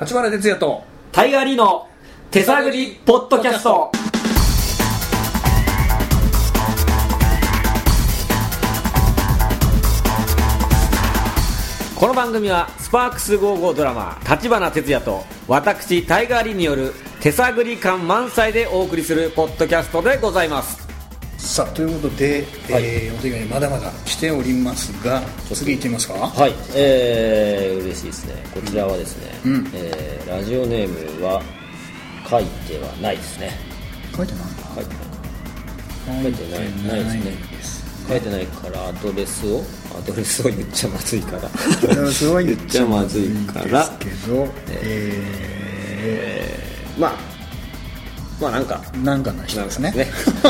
立花哲也とタイガーリーの手探りポッドキャスト。この番組はスパークス55ドラマ立花哲也と私タイガーリーによる手探り感満載でお送りするポッドキャストでございます。さあということで、えーお手紙まだまだしておりますが次行ってみますかははい、えー、嬉しいですね。こちらはですね、えーラジオネームは書いてはないですね。書いてない書いてない。書いてない。ないですね。書いてないからアドレスをアドレスを言っちゃまずいから。それは言言っっちちゃゃままずずいいかかららですけどえまあまあなんか。ー、なんかな人ですねね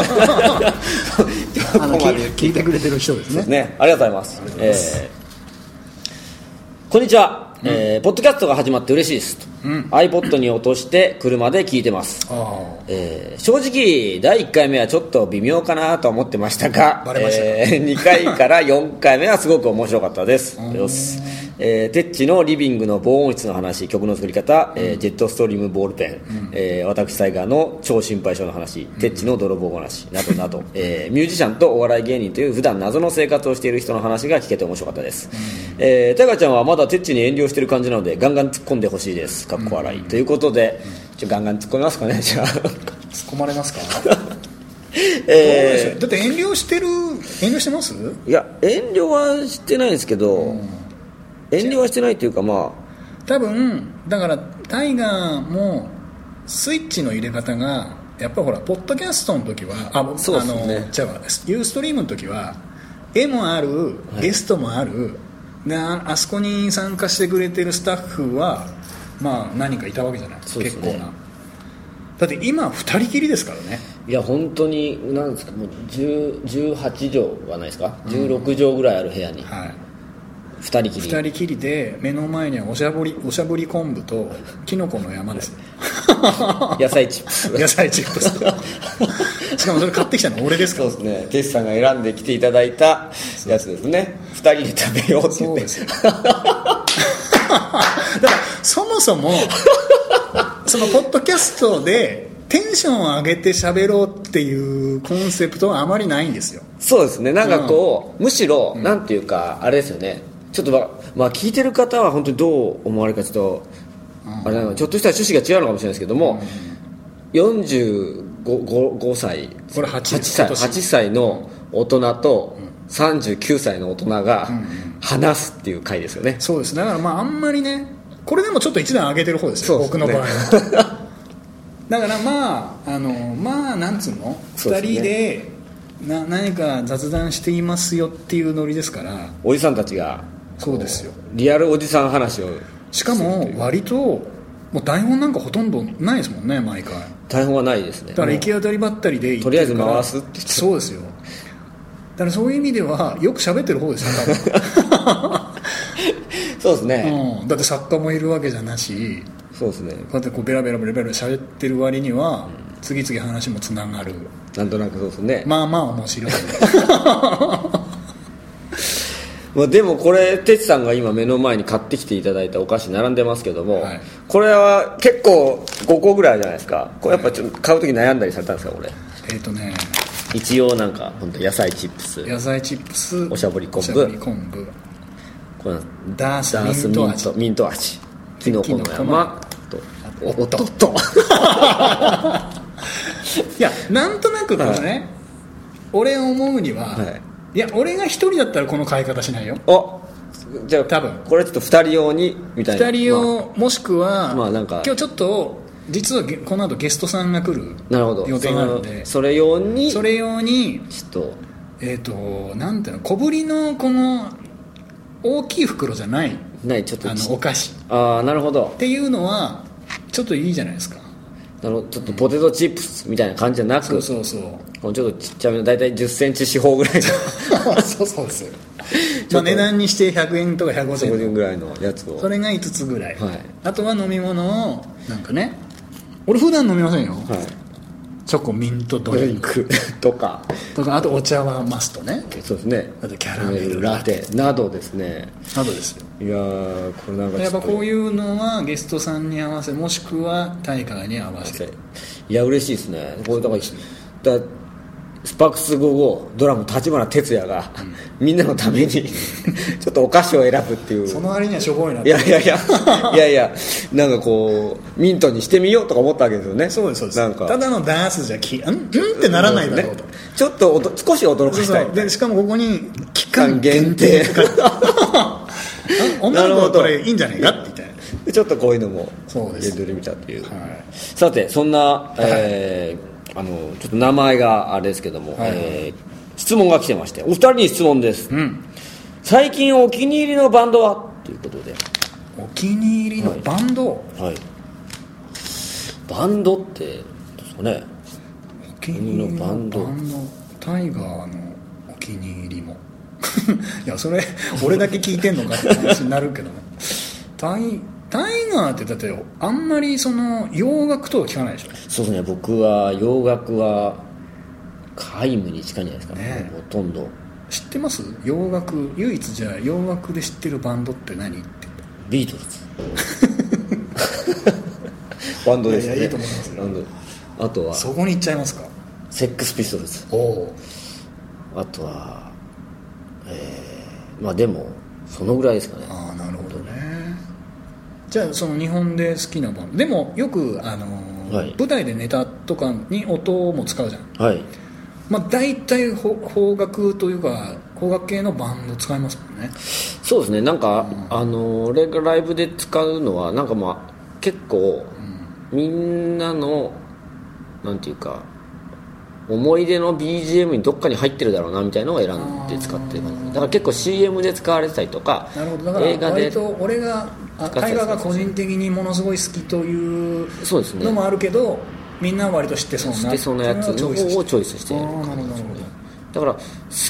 あの聞い聞いてくれてる人ですねね、ありがとうございます。えーこんにちは、えーポッドキャストが始まって嬉しいです。iPod に落として車で聞いてます。ああえー正直第1回目はちょっと微妙かなと思ってましたがバレましたか え2回から4回目はすごく面白かったですよしえー、テッチのリビングの防音室の話曲の作り方、えージェットストリームボールペン、えー私タイガーの超心配性の話、テッチの泥棒話などなど、 えーミュージシャンとお笑い芸人という普段謎の生活をしている人の話が聞けて面白かったです、えータイガーちゃんはまだテッチに遠慮してる感じなのでガンガン突っ込んでほしいですかっこ笑い、ということでちょガンガン突っ込みますかねじゃあ突っ込まれますかどうでしえょうだって遠慮してる遠慮してますーいや遠慮はしてないんですけど、遠慮はしてないというかま多分だからタイガーもスイッチの入れ方がやっぱほらポッドキャストの時はあぼそうっすねあのじゃあユーストリームの時は絵もあるゲストもある、でああそこに参加してくれてるスタッフはまあ何人かいたわけじゃない、そうっす結ね構なだって今2人きりですからねあいや本当になんですかもう10 18畳はないですか16畳ぐらいある部屋にはい2人きり2人きりで目の前にはおしゃぶりおしゃぶり昆布ときのこの山ですよ野菜チップス野菜チップスしかもそれ買ってきたの俺ですかそらうです ねテスさんが選んできていただいたやつですね2人で食べようって言そっうてですよ だからそもそもそのポッドキャストでテンションを上げて喋ろうっていうコンセプトはあまりないんですよそうですねなんかこう、むしろ、なんていうかあれですよねちょっとままあ聞いてる方は本当にどう思われるかちょっと、あれなのちょっとしたら趣旨が違うのかもしれないですけども、45 5 5歳これ8 8歳今年8歳の大人と39歳の大人が話すっていう回ですよね、そうですだからまああんまりねこれでもちょっと一段上げてる方ですよそうですね僕の場合はだからまああのまあなんつうのそうで2すね人でな何か雑談していますよっていうノリですからおじさんたちがそうですよリアルおじさん話をしかも割ともう台本なんかほとんどないですもんね毎回台本はないですねだから行き当たりばったりで行とりあえず回すって言ってそうですよだからそういう意味ではよく喋ってる方ですよ そうです多ね、分、うん、だって作家もいるわけじゃなしそうですねこうやってこうベラベラベラベラ喋ってる割には次々話もつながるなんとなくそうですねまあまあ面 白いまあ、でもこれ哲さんが今目の前に買ってきていただいたお菓子並んでますけども、はいこれは結構5個ぐらいじゃないですかこれやっぱちょっと買う時悩んだりされたんですかこれえっとね一応なんか本当野菜チップス野菜チップスおしゃぶりお昆布しゃぶり昆布これなんダースダースミミンントト味ミント味キノコの山とおおっっととっいやなんとなくこのね、俺思うには、、はいや俺が一人だったらこの買い方しないよおじゃあ多分これちょっと2人用にみたいな二人用、まもしくは、まあなんか今日ちょっと実はゲこの後ゲストさんが来るあなるほど予定があるんそでのそれ用にそれ用にちょっとえっ、となんていうの小ぶりのこの大きい袋じゃないないちょっとあのお菓子っああなるほどていうのはちょっといいじゃないですかなるほどちょっとポテトチップスみたいな感じじゃなくそうそうそうもうちょっとちっちゃめの大体1 0ンチ四方ぐらい のそうそうですよまあ値段にして100円とか150円150円ぐらいのやつをそれが5つぐらい、はいあとは飲み物をなんかね俺普段飲みませんよ、はいチョコミントドリンクク とかとかあとお茶はマストねそうですねあとキャラメルラテなどですねなどですよいやーこれなんかやっぱこういいううのはゲストさんに合わせもしくは大会に合わせいや嬉しいですねこれだからだスパックス55ドラム立花哲也が、みんなの ためにちょっとお菓子を選ぶっていうその割にはしょぼいないやいやいや いやいやなんかこうミントにしてみようとか思ったわけですよねそうですそうですなんかただのダンスじゃきんんってならないだろうと、ちょっとおと少し驚かそうしたいそうでしかもここに期期間間限限定定あ女の子はこれいいんじゃないかみたいな ちょっとこういうのもそうです入れてみたという、はいさてそんな、えーあのちょっと名前があれですけども、はいえー質問が来てましてお二人に質問です、ん最近お気に入りのバンドはということで、お気に入りのバンド、はい、バンドってどうですかねお気に入りのバンドバタイガーのお気に入りも いやそれ俺だけ聞いてんのかって話になるけどね タイタイガーってだってあんまりその洋楽とは聞かないでしょそうですね僕は洋楽は皆無に近いんじゃないですかねねえほとんど知ってます洋楽唯一じゃあ洋楽で知ってるバンドって何ってビートルズバンドですよねいやいやいいと思いますよバンドあとはそこに行っちゃいますかセックスピストルズおおあとはえー、まあでもそのぐらいですかねああなるほどねじゃあその日本で好きなバンドでもよくあのーはい舞台でネタとかに音も使うじゃんはいまあ、大体ほ邦楽というか邦楽系のバンド使いますもんねそうですねなんか、あの俺がライブで使うのはなんかまあ結構、みんなのなんていうか思い出の BGM にどっかに入ってるだろうなみたいのを選んで使ってる感じだから結構 CM で使われてたりとかなるほどだから映画割でと俺があ使ってたタイガーが個人的にものすごい好きというそうですねのもあるけど、みんなは割と知ってそうなしてそのやつっていうののをチョイスして方をチョイスしてあいーるなるほどなるほどだから好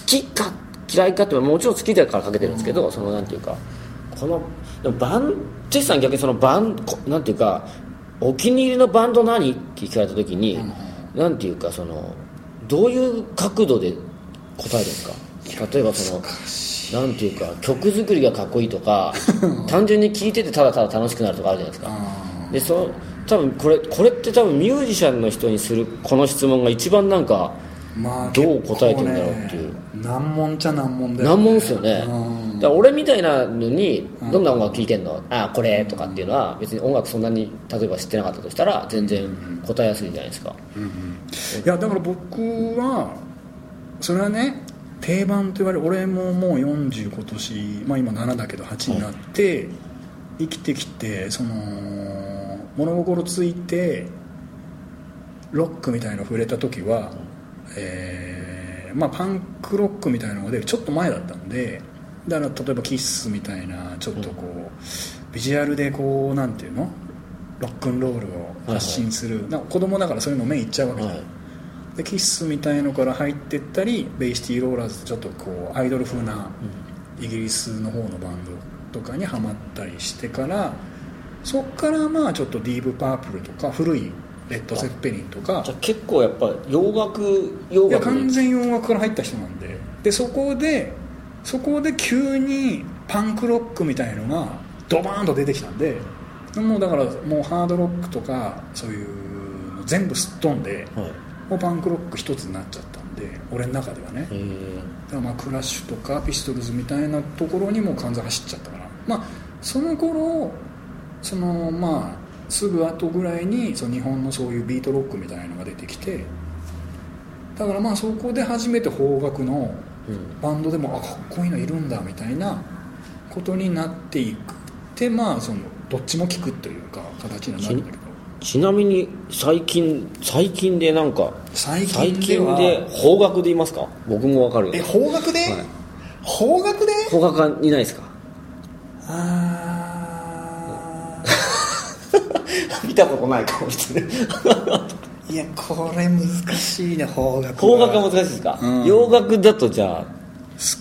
きか嫌いかっていうのはもちろん好きだからかけてるんですけど、そのなんていうかこのでもバンジェスさん逆にそのバンこなんていうかお気に入りのバンド何って聞かれた時に、なんていうかそのどういう角度で答えるんですか例えばそのなんていうか曲作りがかっこいいと か単純に聴いててただただ楽しくなるとかあるじゃないですかあでその多分これこれって多分ミュージシャンの人にするこの質問が一番なんかーまあどう答えてんだろうっていう結構ね難問ちゃ難問だよ、難問っすよねうんだから俺みたいなのにどんな音楽聴いてんの、ああこれとかっていうのは別に音楽そんなに例えば知ってなかったとしたら全然答えやすいじゃないですか、いやだから僕はそれはね定番と言われる俺ももう40今年、まあ、今7だけど8になって、生きてきてその物心ついてロックみたいの触れた時は、えーまあ、パンクロックみたいのが出るちょっと前だったんでだから例えばキッスみたいなちょっとこう、ビジュアルでこうなんていうのロックンロールを発信する、なんか子供だからそういうの目いっちゃうわけじゃんはいでキッスみたいのから入ってったりベイシティ・ローラーズってちょっとこうアイドル風なイギリスの方のバンドとかにハマったりしてからそっからまあちょっとディーブ・パープルとか古いレッド・セッペリンとかじゃあ結構やっぱ洋楽洋いや楽完に全洋楽から入った人なんででそこでそこで急にパンクロックみたいのがドバーンと出てきたんでもうだからもうハードロックとかそういうの全部すっ飛んではいもうパンクロック一つになっちゃったんで俺の中ではねえーだからまあクラッシュとかピストルズみたいなところにもう完全走っちゃったからまあその頃そのまあすぐ後ぐらいにその日本のそういうビートロックみたいなのが出てきてだからまあそこで初めて邦楽のうんバンドでもあかっこいいのいるんだみたいなことになっていくでまあそのどっちも聞くというか形にはなるんだけどちなみに最近最近でなんか最最近で近はで邦楽で言いますか僕もわかるえ邦楽で、はい邦楽で邦楽はいないですかあ 見たことないかもし れない ーいやこれ難しいね邦楽邦楽は好難しいですか、うん洋楽だとじゃあ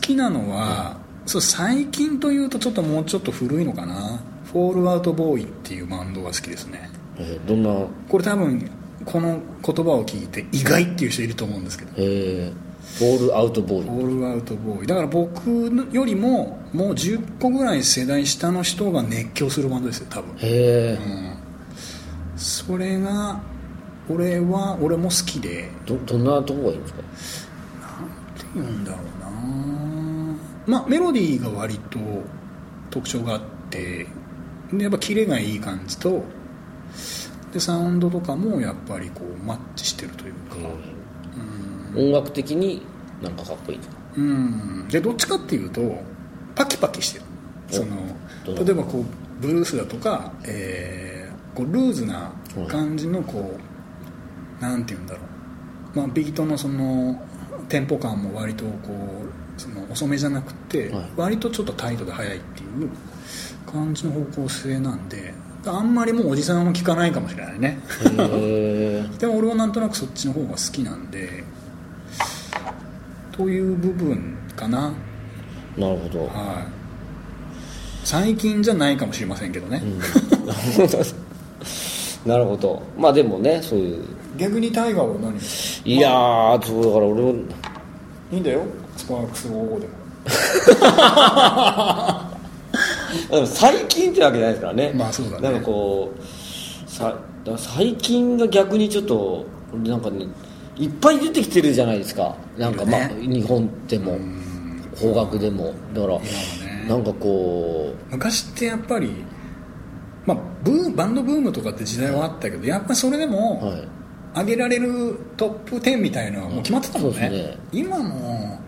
きなのは、そう最近というとちょっともうちょっと古いのかな「フォールアウトボーイ」っていうバンドが好きですねえーどんなこれ多分この言葉を聞いて意外っていう人いると思うんですけどえー、ボールアウトボールオールアウトボーイだから僕よりももう10個ぐらい世代下の人が熱狂するバンドですよ多分へえそれが俺は俺も好きでどどんなとこがいいんですかって言うんだろうなまあメロディーが割と特徴があってでやっぱキレがいい感じとでサウンドとかもやっぱりこうマッチしてるというか音楽的になんかかっこい いんですかうんでどっちかっていうとパキパキしてるそどうのぞ例えばこうブルースだとか、えーこうルーズな感じのこうなんて言うんだろう、まあ、ビートのそのテンポ感も割とこうその遅めじゃなくて、はい割とちょっとタイトで速いっていう感じの方向性なんであんまりもうおじさんは聞かないかもしれないねへえでも俺はなんとなくそっちの方が好きなんでという部分かななるほどは い最近じゃないかもしれませんけどね、なるほどまあでもねそういう逆にタイガーは何いやーそうだから俺もいいんだよスパークス55でもでも最近ってわけじゃないですからねまあそうだねなんかこうさだから最近が逆にちょっと俺なんかねいっぱい出てきてるじゃないですかなんかまあ、いる日本でも邦楽でもだから、なんかこ昔ってやっぱり、まあ、ブーバンドブームとかって時代はあったけどやっぱりそれでうもはい上げられるトップ10みたいなのはもう決まってたもんね,、そうですね今も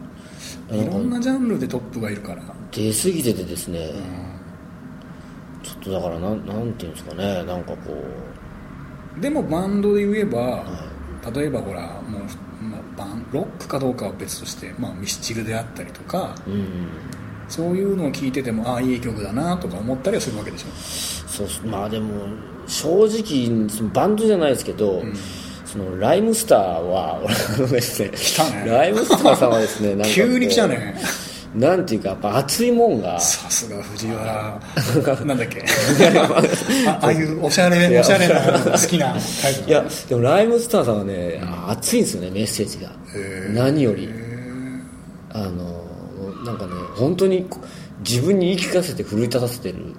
いろんなジャンルでトップがいるから出過ぎててですね、ちょっとだからなんなんていうんですかねなんかこうでもバンドで言えば、例えばほらもう、まあバンロックかどうかは別として、まあ、ミスチルであったりとか、うんそういうのを聞いててもああいい曲だなとか思ったりはするわけでしょそうっすまあでも正直そのバンドじゃないですけど、そのライムスターは俺のですね来たねライムスターさんはで すねなんかこう急に来たねなんていうかやっぱ熱いもんがさすが藤原なんだっけあああいうおしゃれおしゃれな好きなタイプいやでもライムスターさんはね、熱いんですよねメッセージがへー何よりあのなんかね本当にこう自分に言い聞かせて奮い立たせてるうんうん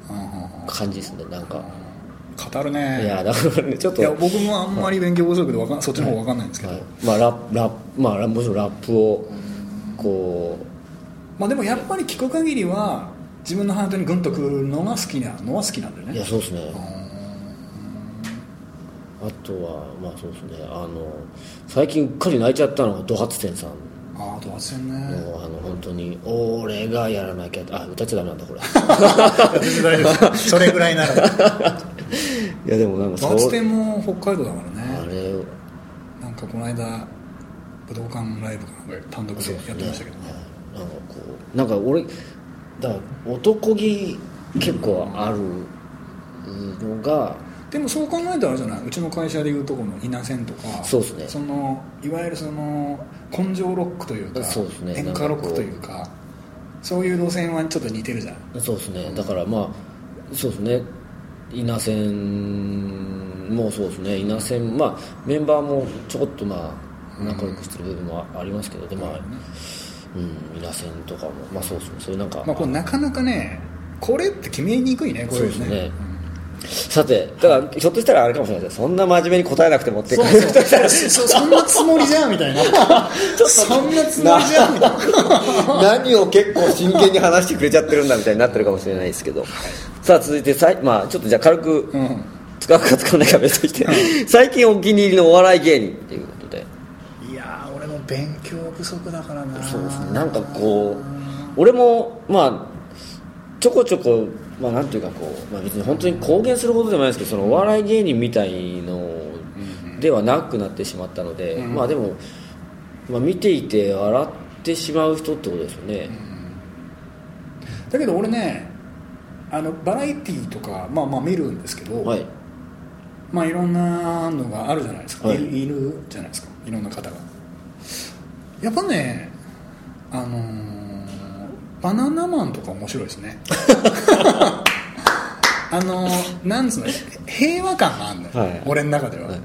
感じですねなんかうん語るいねやだからねちょっいとや僕もあんまり勉強不足でわかんそっちの方が分かんないんですけど、はいまあラップラップまあラもちろんラップをこまあ、でもやっぱり聞く限りは自分のハートにグンとくるのが好きなのは好きなんだよういやねそうですねあとはまあそうですねあの最近うっかり泣いちゃったのがドハツテンさんああと忘れん ねのあの本当に俺がやらなきゃあ歌っちゃダメなんだ これ全然大丈夫それぐらいならいやでもなんかバツそうテも北海道だからねあれなんかこの間武道館ライブかなんか単独でやってましたけど、はいなんかこうなんか俺だから男気結構あるのがでもそう考えたらあれじゃないうちの会社でいうとこの稲線とかそうっすねそのいわゆるその根性ロックというかそうっすね演歌ロックというかそういう路線はちょっと似てるじゃんそうですねだからまあそうですね稲線もそうですね稲線まあメンバーもちょこっとまあ仲良くしてる部分もあありますけど、でまあうん稲線とかもまあそうですねそういうなんか、まあこれなかなかねこれって決めにくいねこれそうですねさてだからひょっとしたらあれかもしれないですそんな真面目に答えなくてもってそうそうそそんなつもりじゃんみたいなそんなつもりじゃんみたいな 何を結構真剣に話してくれちゃってるんだみたいになってるかもしれないですけど、さあ続いてさい、まあ、ちょっとじゃあ軽くうん使うか使わないかは別として最近お気に入りのお笑い芸人っていうことでいやー俺も勉強不足だからなそうですねなんかこう俺もまあちょこちょこまあなんていうかこう、まあ、別に本当に公言するほどでもないですけどそのお笑い芸人みたいのではなくなってしまったので、まあでも、まあ、見ていて笑ってしまう人ってことですよね、だけど俺ねあのバラエティーとか、まあ、まあ見るんですけど、はいいまあ、いろんなのがあるじゃないですか、はいいる、いるじゃないですかいろんな方がやっぱねあのーバナナマンとか面白いです ねあのーなんつうの平和感があるのよ、はい俺の中では、だか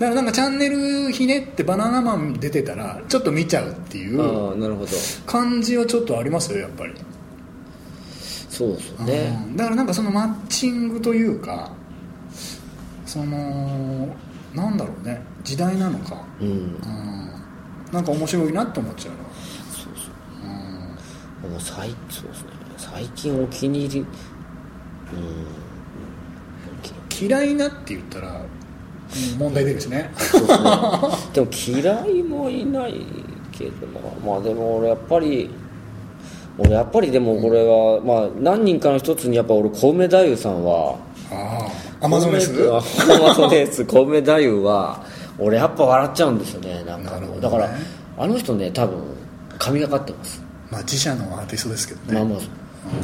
らなんかチャンネルひねってバナナマン出てたらちょっと見ちゃうっていうああなるほど感じはちょっとありますよやっぱり、そうですよねうんだからなんかそのマッチングというかそのなんだろうね時代なのか、うんうん、なんか面白いなって思っちゃうのそうそうもう最そうですね最近お気に入りうん嫌いなって言ったらうん問題出るし ねそうですねでも嫌いもいないけどなまあでも俺やっぱり俺やっぱりでもこれは、まあ何人かの一つにやっぱ俺小梅太夫さんはああアマゾネスコウメ太夫アマゾネス小梅太夫は俺やっぱ笑っちゃうんですよねなんかなるもほう、どだねからあの人ね多分神がかってますまあ自社のアーティストですけどねまあまあ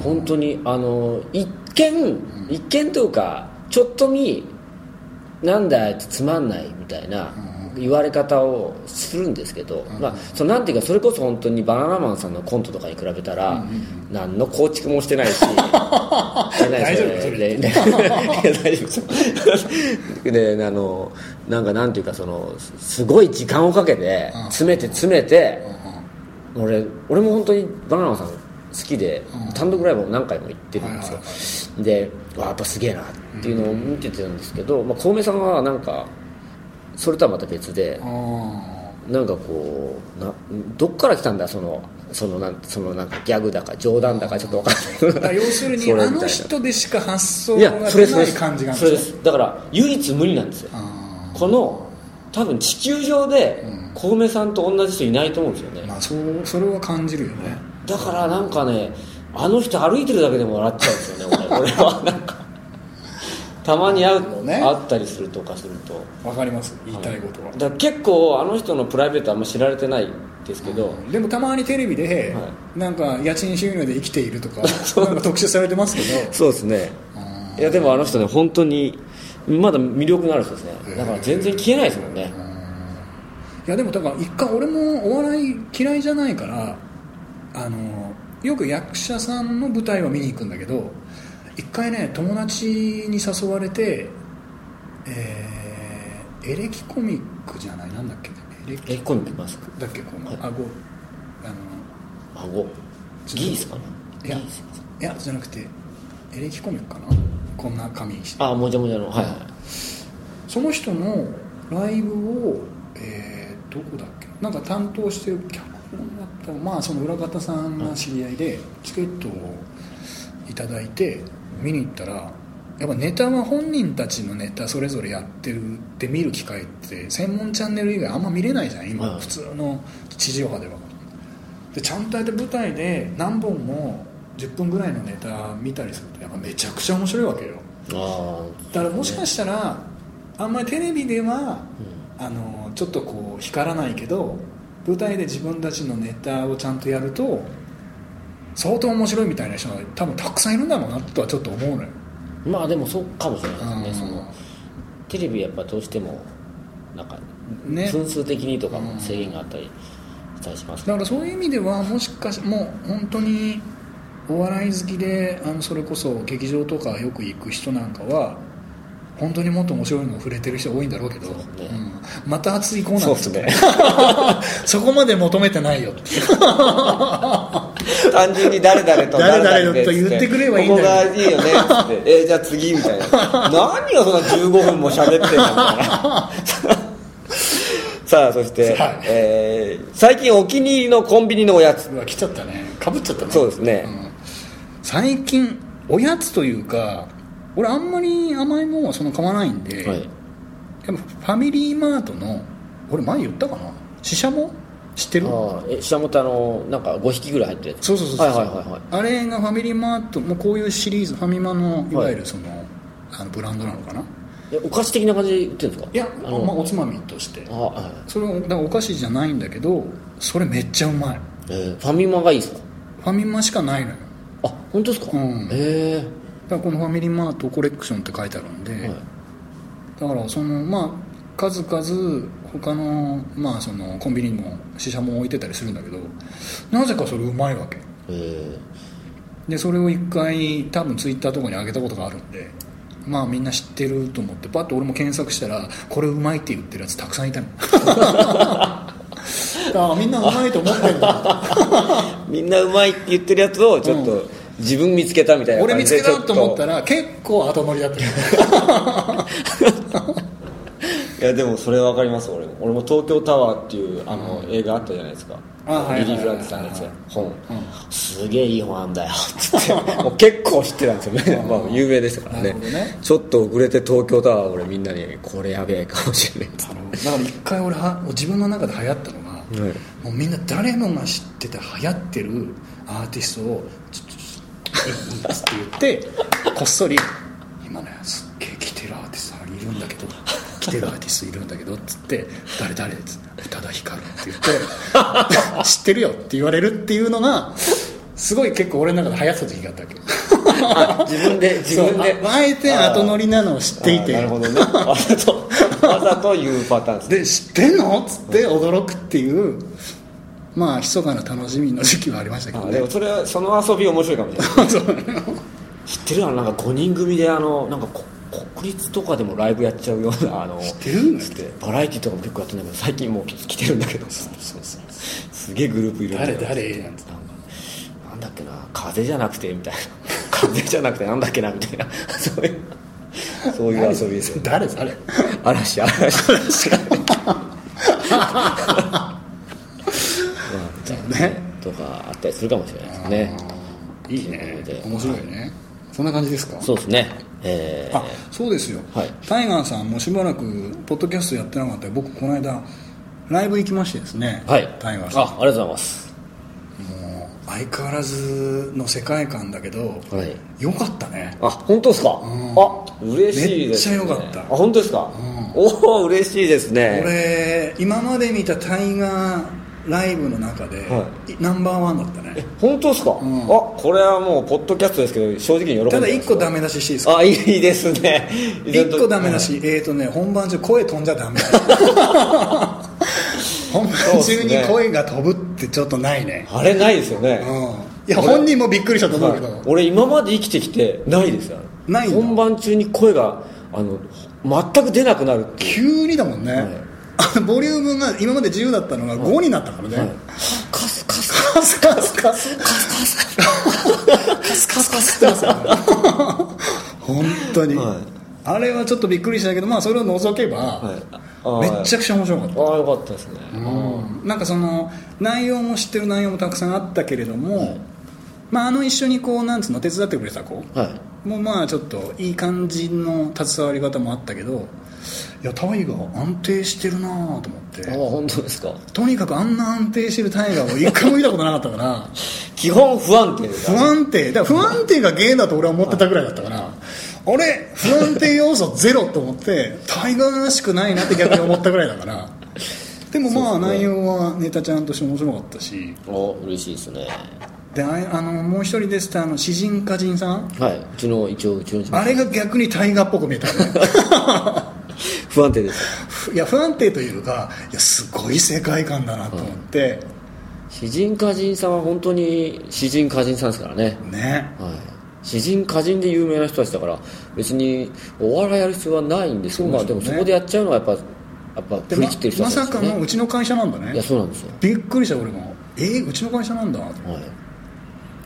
本当にあの一見一見というかちょっと見なんだあいつつまんないみたいな言われ方をするんですけど、まあ、そのなんていうかそれこそ本当にバナナマンさんのコントとかに比べたら何の構築もして ないししてないですよね大丈夫それでで いや大丈夫そうであのなんかなんていうかそのすごい時間をかけてうん詰めて詰めて、う俺俺も本当にバナナマンさん好きで、うん単独ライブも何回も行ってるんですよ、はいはでわやっぱすげえなっていうのを見ててるんですけど、まあ、小梅さんはなんかそれとはまた別でんうんあなんかこうなどっから来たんだそのそのなんそのなんかギャグだか冗談だかちょっと分かあんだかないら要する にそれみたあいなの人でしか発想いやがそれ出それない感じがあそるんれでですねすだから唯一無二なんですよあこの多分地球上でうん小梅さんと同じ人いないと思うんですよね、ーまあそうそれは感じるよねだからなんかねあの人歩いてるだけでも笑っちゃうんですよね俺俺はなんかたまに会う、ね会ったりするとかするとわかります言いたいことは、だから結構あの人のプライベートあんま知られてないですけど、でもたまにテレビで、はなんか家賃収入で生きているとかなんか特集されてますけどそうですねあいやでもあの人ね本当にまだ魅力のある人ですねだから全然消えないですもんね、いやでもだから一回俺もお笑い嫌いじゃないからあのよく役者さんの舞台は見に行くんだけど一回ね友達に誘われてえーエレキコミックじゃないなんだっけエレキえ今度来ますだっけこの顎あの孫ギースかないやギースいやじゃなくてエレキコミックかなこんな紙にしてあもじゃもじゃのはいはいその人のライブを、えーどこだっけなんか担当してる脚本だったらまあその裏方さんが知り合いでチケットをいただいて見に行ったらやっぱネタは本人たちのネタそれぞれやってるって見る機会って専門チャンネル以外あんま見れないじゃん今、はい普通の地上波ではでちゃんとやって舞台で何本も10分ぐらいのネタ見たりするとやっぱめちゃくちゃ面白いわけよあだからもしかしたらあんまりテレビでは、あのちょっとこう光らないけど舞台で自分たちのネタをちゃんとやると相当面白いみたいな人が多分たくさんいるんだろうなとはちょっと思うのよ、あまあでもそうかもしれないですうね、んそのテレビやっぱどうしてもなんかね、分数的にとかも制限があったりしたりしますだからそういう意味ではもしかしもう本当にお笑い好きであのそれこそ劇場とかよく行く人なんかは本当にもっと面白いのを触れてる人多いんだろうけどそうですねうんまた熱いコーナーそうね そこまで求めてないよって単純に誰々と誰々でと言ってくればいいんだここよがいいよねっつってえーじゃあ次みた いな何をそんな15分も喋ってんだみたい なさあそして、はいえー最近お気に入りのコンビニのおやつうわ来ちゃったねかぶっちゃったねそうですね、ん最近おやつというか俺あんまり甘いもんはその買わないんで、はいでもファミリーマートの俺前言ったかなシシャモ知ってるあーえ下本あのなんか5匹ぐらい入ってるやつそうそうそうそう、はいはいはいはいあれがファミリーマートもうこういうシリーズファミマのいわゆるはその,、あのブランドなのかなえお菓子的な感じで売ってるんですかいやあまあ、の、おつまみとしてあはいそれをだからお菓子じゃないんだけどそれめっちゃうまいえーファミマがいいですかファミマしかないのよあ本当ですか、うんええだからこの「ファミリーマートコレクション」って書いてあるんで、はいだからそのまあ数々他のまあそのコンビニにもシシャモ置いてたりするんだけどなぜかそれうまいわけええでそれを一回多分ツイッターとかに上げたことがあるんでまあみんな知ってると思ってパッと俺も検索したらこれうまいって言ってるやつたくさんいた のああみんなうまいと思って るんだみんなうまいって言ってるやつをちょっうと自分見つけたみたいな俺感見じつでけちょたっと思ったとら結構後乗りだったいやでもそれわかります俺も俺も東京タワーっていうあの映画あったじゃないですかあはいはいはいリリー・フランクさんのやつ本すげえいい本あんだよ つってもう結構知ってたんですよね まあ有名でしたからなねるほどねちょっと遅れて東京タワー俺みんなにこれやべえかもしれないっつってだから一回俺は自分の中で流行ったのが、もうみんな誰もが知ってて流行ってるアーティストを「ちょちょちょいいいいっつって 言ってこっそり「今ねすっげえ来てるアーティストいるんだけど来てるアーティストいるんだけど」っつって「誰誰?」っつって「宇多田ヒカル」って言って「 知ってるよ」って言われるっていうのがすごい結構俺の中で流行ってた時期があったわけあ自分で自分でそうああえて後乗りなのを知っていてあーなるほどねわざとわざと言うパターンですねで知ってんのっつって驚くっていうまあ密かな楽しみの時期はありましたけ あどーでねもそれはその遊び面白いかもしれない そう知ってるあのなんか5人組であのなんかこ国立とかでもライブやっちゃうようなあの知ってるてバラエティとかも結構やってんだけど最近もう来てるんだけどすげえグループいるんだ誰よ誰なんつってなんかなんだっけな風じゃなくてみたいな 風じゃなくてなんだっけなみたいな そういうそういう遊びですよ誰 誰嵐嵐嵐ねとかあったりするかもしれないですねいいね面白いねそんな感じですかそうですねえーあそうですよ、はいタイガーさんもしばらくポッドキャストやってなかったら僕この間ライブ行きましてですね、はいタイガーあさんありがとうございますもう相変わらずの世界観だけど、はいよかったねあ本当ですか、んあ嬉しいです、ね、めっちゃ良かったあ本当ですか、おお嬉しいですね俺今まで見たタイガーライブの中で、はいナンバーワンだったね本当ですか、んあこれはもうポッドキャストですけど正直に喜んでただます1個ダメ出ししていいですかあいいです ね1個ダメ出し、えーとね本番中声飛んじゃ ダメ本番中に声が飛ぶってちょっとないねあれないですよね、うんいや本人もびっくりしたと思うけど、はい俺今まで生きてきてないですよないの本番中に声があの全く出なくなるってい急うにだもんね、はいあのボリュームが今まで10だったのが5になったからね、カスカスカスカスカスカスカスカスカスカスカスってますよ本当に、はいあれはちょっとびっくりしたけどまあそれを除けば、はいあめっちゃくちゃ面白かったああよかったですね、うんなんかその内容も知ってる内容もたくさんあったけれども、まあ、あの一緒にこうなんつうの手伝ってくれた子はいもうまあちょっといい感じの携わり方もあったけどいやタイガー安定してるなぁと思ってあ本当ですかとにかくあんな安定してるタイガーを一回も見たことなかったから基本不安定です不安定だから不安定が原因だと俺は思ってたぐらいだったから俺不安定要素ゼロと思ってタイガーらしくないなって逆に思ったぐらいだからでもまあ内容はネタちゃんとして面白かったしお嬉しいですねであいあのもう一人でしたあの詩人歌人さんはいうちの一応うちの一番あれが逆にタイガーっぽく見えたね 不安定ですいや不安定というかいやすごい世界観だなと思って、詩人歌人さんは本当に詩人歌人さんですからね、ねはい、詩人歌人で有名な人たちだから別にお笑いやる必要はないんですけどまあでもそこでやっちゃうのはやっぱやっぱで振り切ってる人またまちさですかよのねうちの会社なんだいやねそうなんですよびっくりした俺もえー、うちの会社なんだはい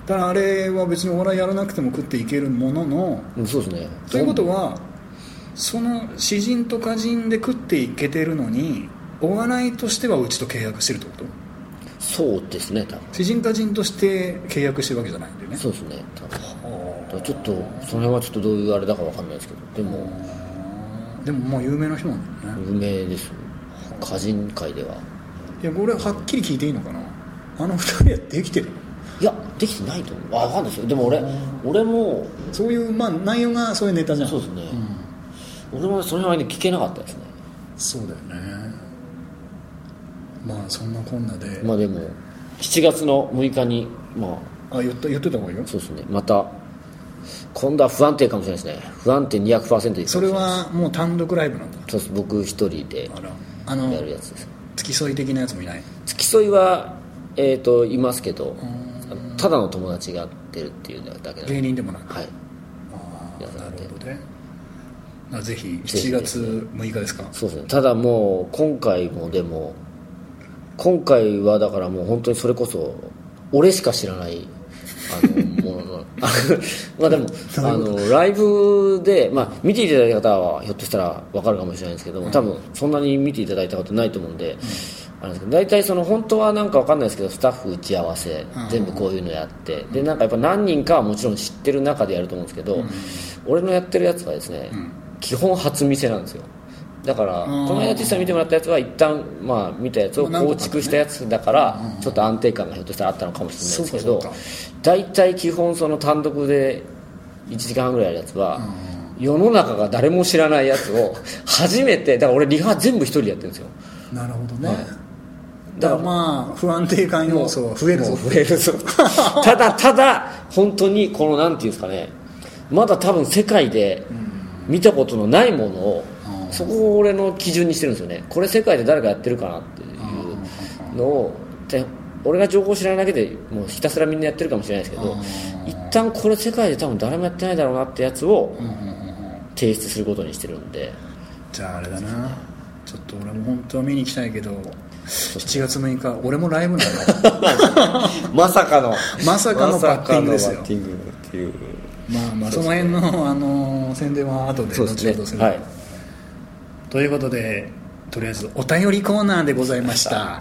だからあれは別にお笑いやらなくても食っていけるもののうんそうですねということはその詩人と歌人で食っていけてるのにお笑いとしてはうちと契約してるってことそうですね多分詩人歌人として契約してるわけじゃないんだよねそうですね多分だはからちょっとその辺はちょっとどういうあれだかわかんないですけどでもあでももう有名な人なんだよね有名です歌人界ではいやこれはっきり聞いていいのかなあの二人はできてるいやできてないと思うあわかんないですよでも俺俺もそういうまあ内容がそういうネタじゃんそうですね、俺もその辺はね聞けなかったですねそうだよねまあそんなこんなで、まあでも7月の6日にまああ言った言ってた方がいいよそうですねまた今度は不安定かもしれないですね不安定200%ですそれはもう単独ライブなんだそうです僕一人であらあやのるやつです付き添い的なやつもいない付き添いはえっ、といますけどただの友達が出るっていうだけなんで芸人でもなくはいああなるほどねあぜひぜひ7月6日ですかそうですねただもう今回もでも今回はだからもう本当にそれこそ俺しか知らないあのもの のあまあでもあのライブで、まあ、見ていただいた方はひょっとしたら分かるかもしれないですけども多分そんなに見ていただいたことないと思うんで。あれですけど大体その本当はなんかわかんないですけどスタッフ打ち合わせ全部こういうのやってでなんかやっぱ何人かはもちろん知ってる中でやると思うんですけど俺のやってるやつはですね基本初見せなんですよだからこんの間実際見てもらったやつは一旦まあ見たやつをまあ何個構かね築したやつだからちょっと安定感がひょっとしたらあったのかもしれないですけどそうか大体基本その単独で1時間半ぐらいやるやつは世の中が誰も知らないやつを 初めてだから俺リハ全部一人でやってるんですよなるほどね、はいだからまあ不安定感要素は増えるぞもう増える ぞただただ本当にこのなんていうんですかねまだ多分世界で見たことのないものをうんそこを俺の基準にしてるんですよねこれ世界で誰かやってるかなっていうのをで俺が情報知らないだけでもうひたすらみんなやってるかもしれないですけど一旦これ世界で多分誰もやってないだろうなってやつを提出することにしてるんでじゃああれだなちょっと俺も本当は見に行きたいけど7月6日俺もライブなの まさかのまさかのバッティングですよまさかのバッティングっていうまあまあその辺の、あの宣伝は後で後そうほどすでるすねはいということでとりあえずお便りコーナーでございました